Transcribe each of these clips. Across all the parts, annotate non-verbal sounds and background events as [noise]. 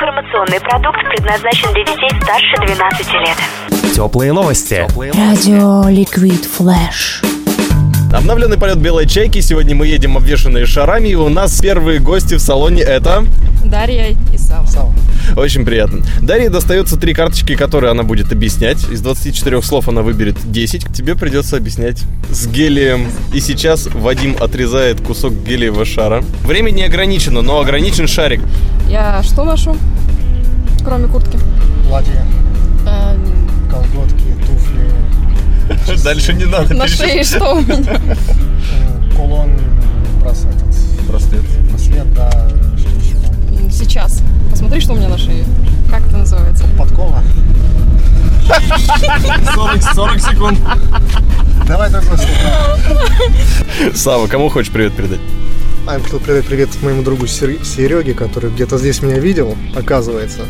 Информационный продукт предназначен для детей старше 12 лет. Теплые новости. Радио Ликвид Флэш. Обновленный полет белой чайки. Сегодня мы едем обвешанные шарами. И у нас первые гости в салоне это... Дарья Исава. Очень приятно. Дарье достается три карточки, которые она будет объяснять. Из 24 слов она выберет 10. Тебе придется объяснять с гелием. И сейчас Вадим отрезает кусок гелиевого шара. Время не ограничено, но ограничен шарик. Я что ношу? Кроме куртки. платья, Э, колготки, туфли, Дальше не надо. на шее что у меня? э, кулон, браслет, Браслет. браслет, да, что еще там, М, Сейчас. Посмотри, что у меня на шее. Как [laughs] это называется? подкова. 40, 40 секунд. Давай другой слух. Сава, кому хочешь привет передать? А, я хотел передать привет моему другу Сер- Сереге, который где-то здесь меня видел, оказывается.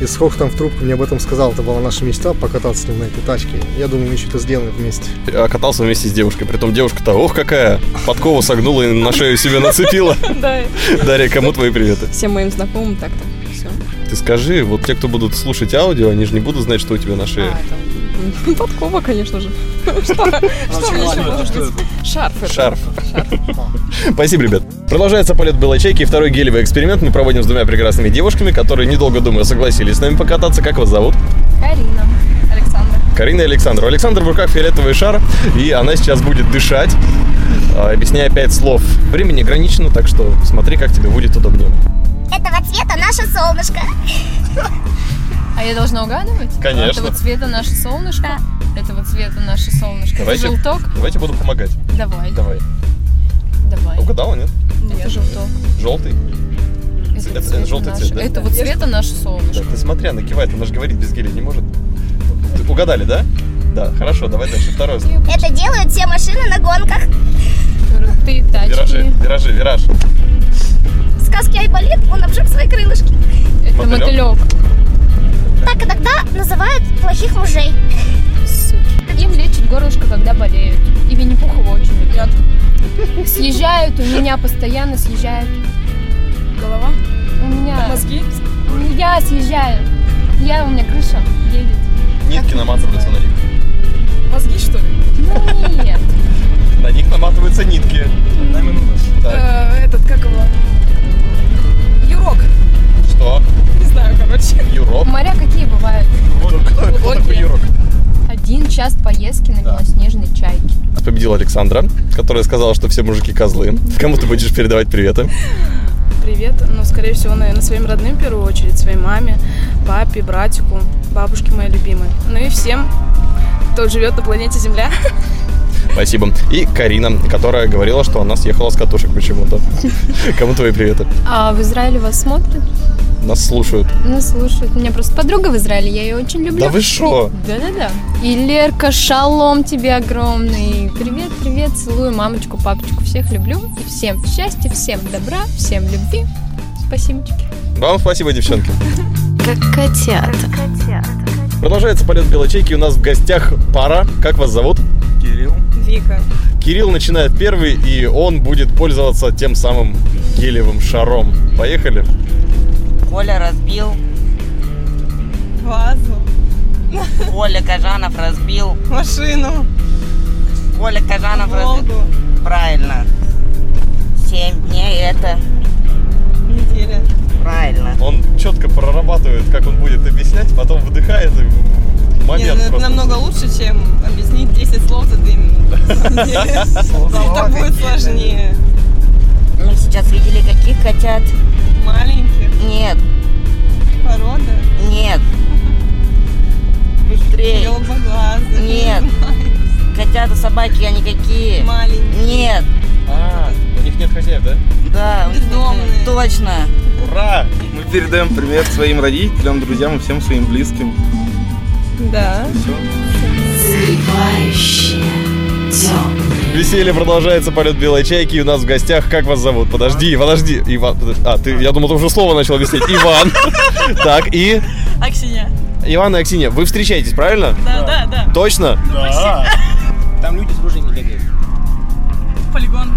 И с хохотом в трубку мне об этом сказал. Это была наша мечта покататься с ним на этой тачке. Я думаю, мы что-то сделаем вместе. А Катался вместе с девушкой. Притом девушка-то, ох, какая! Подкову согнула и на шею себе нацепила. [laughs] Да. Дарья, кому твои приветы? Всем моим знакомым так-то. [laughs] Все. Ты скажи, вот те, кто будут слушать аудио, они же не будут знать, что у тебя на шее. это... м, Подкова, конечно же. [laughs] Что что мне еще может быть? Шарф. это. Шарф. [laughs] Спасибо, ребят. Продолжается полет белой чайки и второй гелевый эксперимент мы проводим с двумя прекрасными девушками, которые, недолго думая, согласились с нами покататься. Как вас зовут? Карина. Александра. Карина и Александр. У Александра в руках фиолетовый шар, и она сейчас будет дышать, а, объясняя пять слов. Время не ограничено, так что смотри, как тебе будет удобнее. Этого цвета наше солнышко. А я должна угадывать? Конечно. Этого цвета наше солнышко. Этого цвета наше солнышко. Давайте. Это желток? Давайте буду помогать. Давай. Давай. А Давай. Угадала, нет? Это желток. Желтый. Это- это цвета желтый наше- цвет, да? Этого цвета наше Да, солнышко. ты смотри, она кивает, она же говорит без геля не может. Угадали, да? Да, хорошо, давай дальше. Второе. слово. Это делают все машины на гонках. Крутые Виражи, тачки. виражи, вираж. В сказке Айболит он обжег свои крылышки. Это Мотылёк. мотылек. Так иногда называют плохих мужей. Суки. Им лечат горлышко, когда болеют. И Винни-Пухова очень любят. Съезжают у меня постоянно, съезжают. Голова. У меня... Мозги. Ну, Я съезжаю. Я, у меня крыша едет. Нитки наматываются на них. Мозги, что ли? Ну, нет. На них наматываются нитки. Так, Э, Этот, как его? Юрок. что? Не знаю, короче. Юрок. Моря какие бывают? Кто такой Юрок? Один час поездки на белоснежной чайке. Победила Александра, которая сказала, что все мужики козлы. Кому ты будешь передавать приветы? Привет. Ну, скорее всего, наверное, своим родным в первую очередь, своей маме, папе, братику, бабушке моей любимой. Ну и всем, кто живет на планете Земля. Спасибо. И Карина, которая говорила, что она съехала с катушек почему-то. Кому твои приветы? А в Израиле вас смотрят? Нас слушают. Ну, слушают. У меня просто подруга в Израиле, я ее очень люблю. Да вы шо? Да-да-да. И Лерка, шалом тебе огромный. Привет, привет, целую мамочку, папочку. Всех люблю. И всем счастья, всем добра, всем любви. Спасибочки. Вам спасибо, девчонки. Как котят. Продолжается полет белой чайки. У нас в гостях пара. Как вас зовут? Вика. Кирилл начинает первый, и он будет пользоваться тем самым гелевым шаром. Поехали. Коля разбил, Вазу. Коля Кажанов разбил, Машину. Коля Кажанов разбил. Правильно. Семь дней это Неделя. правильно. Он четко прорабатывает, как он будет объяснять, потом выдыхает и в момент просто. лучше, чем объяснить 10 слов за 2 минуты. Это будет сложнее. Мы сейчас видели каких котят? Маленьких. Нет, Порода. нет. Быстрее. Голубоглазых. Нет. Котята собаки, они какие? Маленькие. Нет. А, у них нет хозяев, да? Да. Бездомные. Точно. Ура! Мы передаем привет своим родителям, друзьям и всем своим близким. Да. Веселье продолжается, полет белой чайки, и у нас в гостях, как вас зовут? Подожди, подожди, Иван, подожди. а, ты, я думал, ты уже слово [laughs] начал объяснять, Иван, так, и Аксинья. Иван и Аксинья, вы встречаетесь, правильно? Да, да, да. Точно? Там люди с ружьями бегают. Полигон.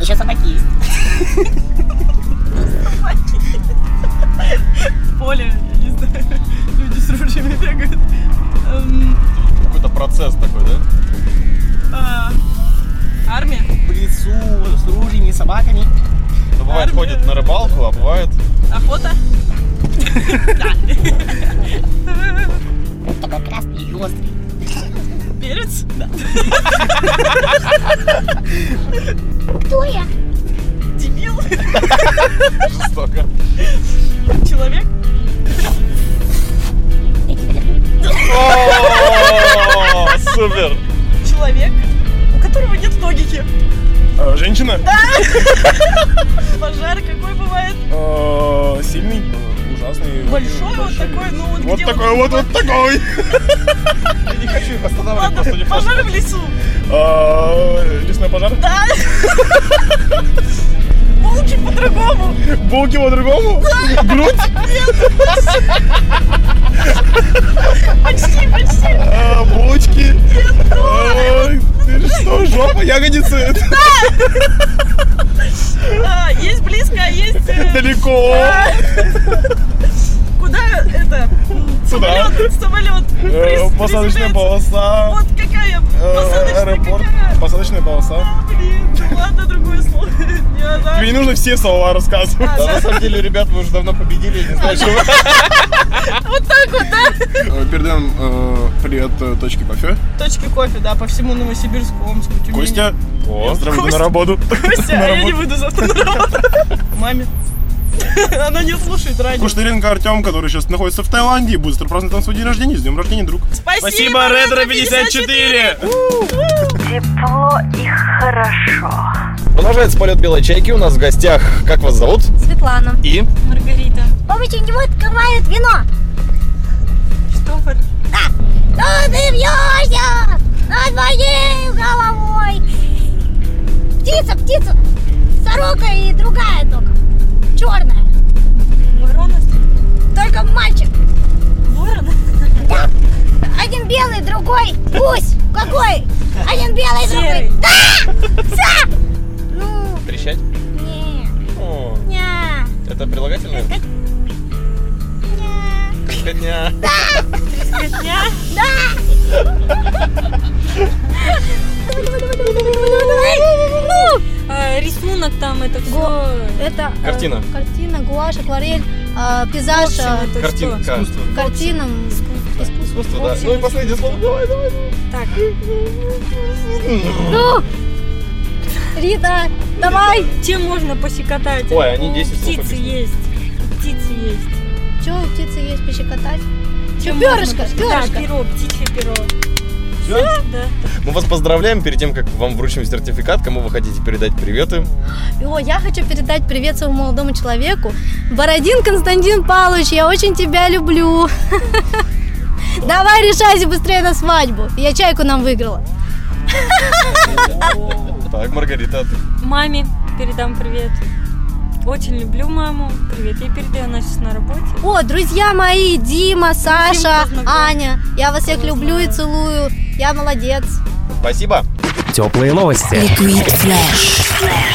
Еще собаки есть. А, Ну, рыбалку, а бывает... Охота? [laughs] Такой красный и острый. Перец? Да. Кто я? Дебил? Жестоко. Человек? Я тебя люблю. О, Супер! Человек, у которого нет логики. Женщина? Пожар какой бывает? Э, Сильный? Ужасный. Большой вот такой, ну вот где он вот, вот такой. Я не хочу их останавливать, просто не Пожар в лесу. А, Лесной пожар? Да. Булки по-другому. Булки по-другому? Грудь? Почти, почти. А, булочки. Ой, Ты что, жопа, ягодицы? А, есть близко, а есть... э, Далеко. Куда это? м, Сюда. Самолет, самолет. Э, приземляется. Посадочная полоса. Вот какая э, посадочная Аэропорт. какая. Посадочная полоса. Блин, ну ладно, другое слово. [laughs] Не Тебе не знаю. нужно все слова рассказывать. А, да. На самом деле, ребят, вы уже давно победили, я не знаю, Э, [laughs] что вы- Передаем э, привет точке кофе. Точки кофе, да, по всему Новосибирску, Омску, Тюмени. Костя, я здравствуй Костя. на работу. [laughs] Костя, [laughs] На а я не работу. выйду завтра на работу. [laughs] Маме. Она не слушает радио. Кушнеренко Артем, который сейчас находится в Таиланде и будет праздновать там свой день рождения. С днем рождения, друг. Спасибо, Ретро 54! Тепло и хорошо. Продолжается полет белой чайки. У нас в гостях, как вас зовут? Светлана. И? Помните, у него открывают вино. Что? Да. Но ты бьешься над моей головой. Птица, птица. Сорока и другая только. Черная. Ворона? Только мальчик. Ворон? Да. Один белый, другой гусь. Какой? Один белый, другой. Да! Ца! Ну, Трещать? не. О, Ня. это прилагательное? Ня. Дня. [laughs] Ну, рисунок там, это все. Это э, Картина. картина, гуашь, акварель, э, пейзаж, э, Картинка. картина. Искусство, да. Ну и последнее слово. Давай, давай, давай. Ну, Рита, давай. Чем можно пощекотать? Ой, они 10 слов объяснили. Птицы есть. Че у птицы есть пощекотать? Перышко, перышко. перо, птичье перо. Мы вас поздравляем перед тем, как вам вручим сертификат, кому вы хотите передать приветы. О, я хочу передать привет своему молодому человеку. Бородин Константин Павлович, я очень тебя люблю. [laughs] Давай решайся быстрее на свадьбу. Я чайку нам выиграла. [laughs] Так, Маргарита, а ты? Маме передам привет. Очень люблю маму. Привет ей передаю, она сейчас на работе. О, друзья мои, Дима, Саша, Аня, я вас всех люблю и целую. Я молодец. спасибо. Теплые новости. Liquid Flash.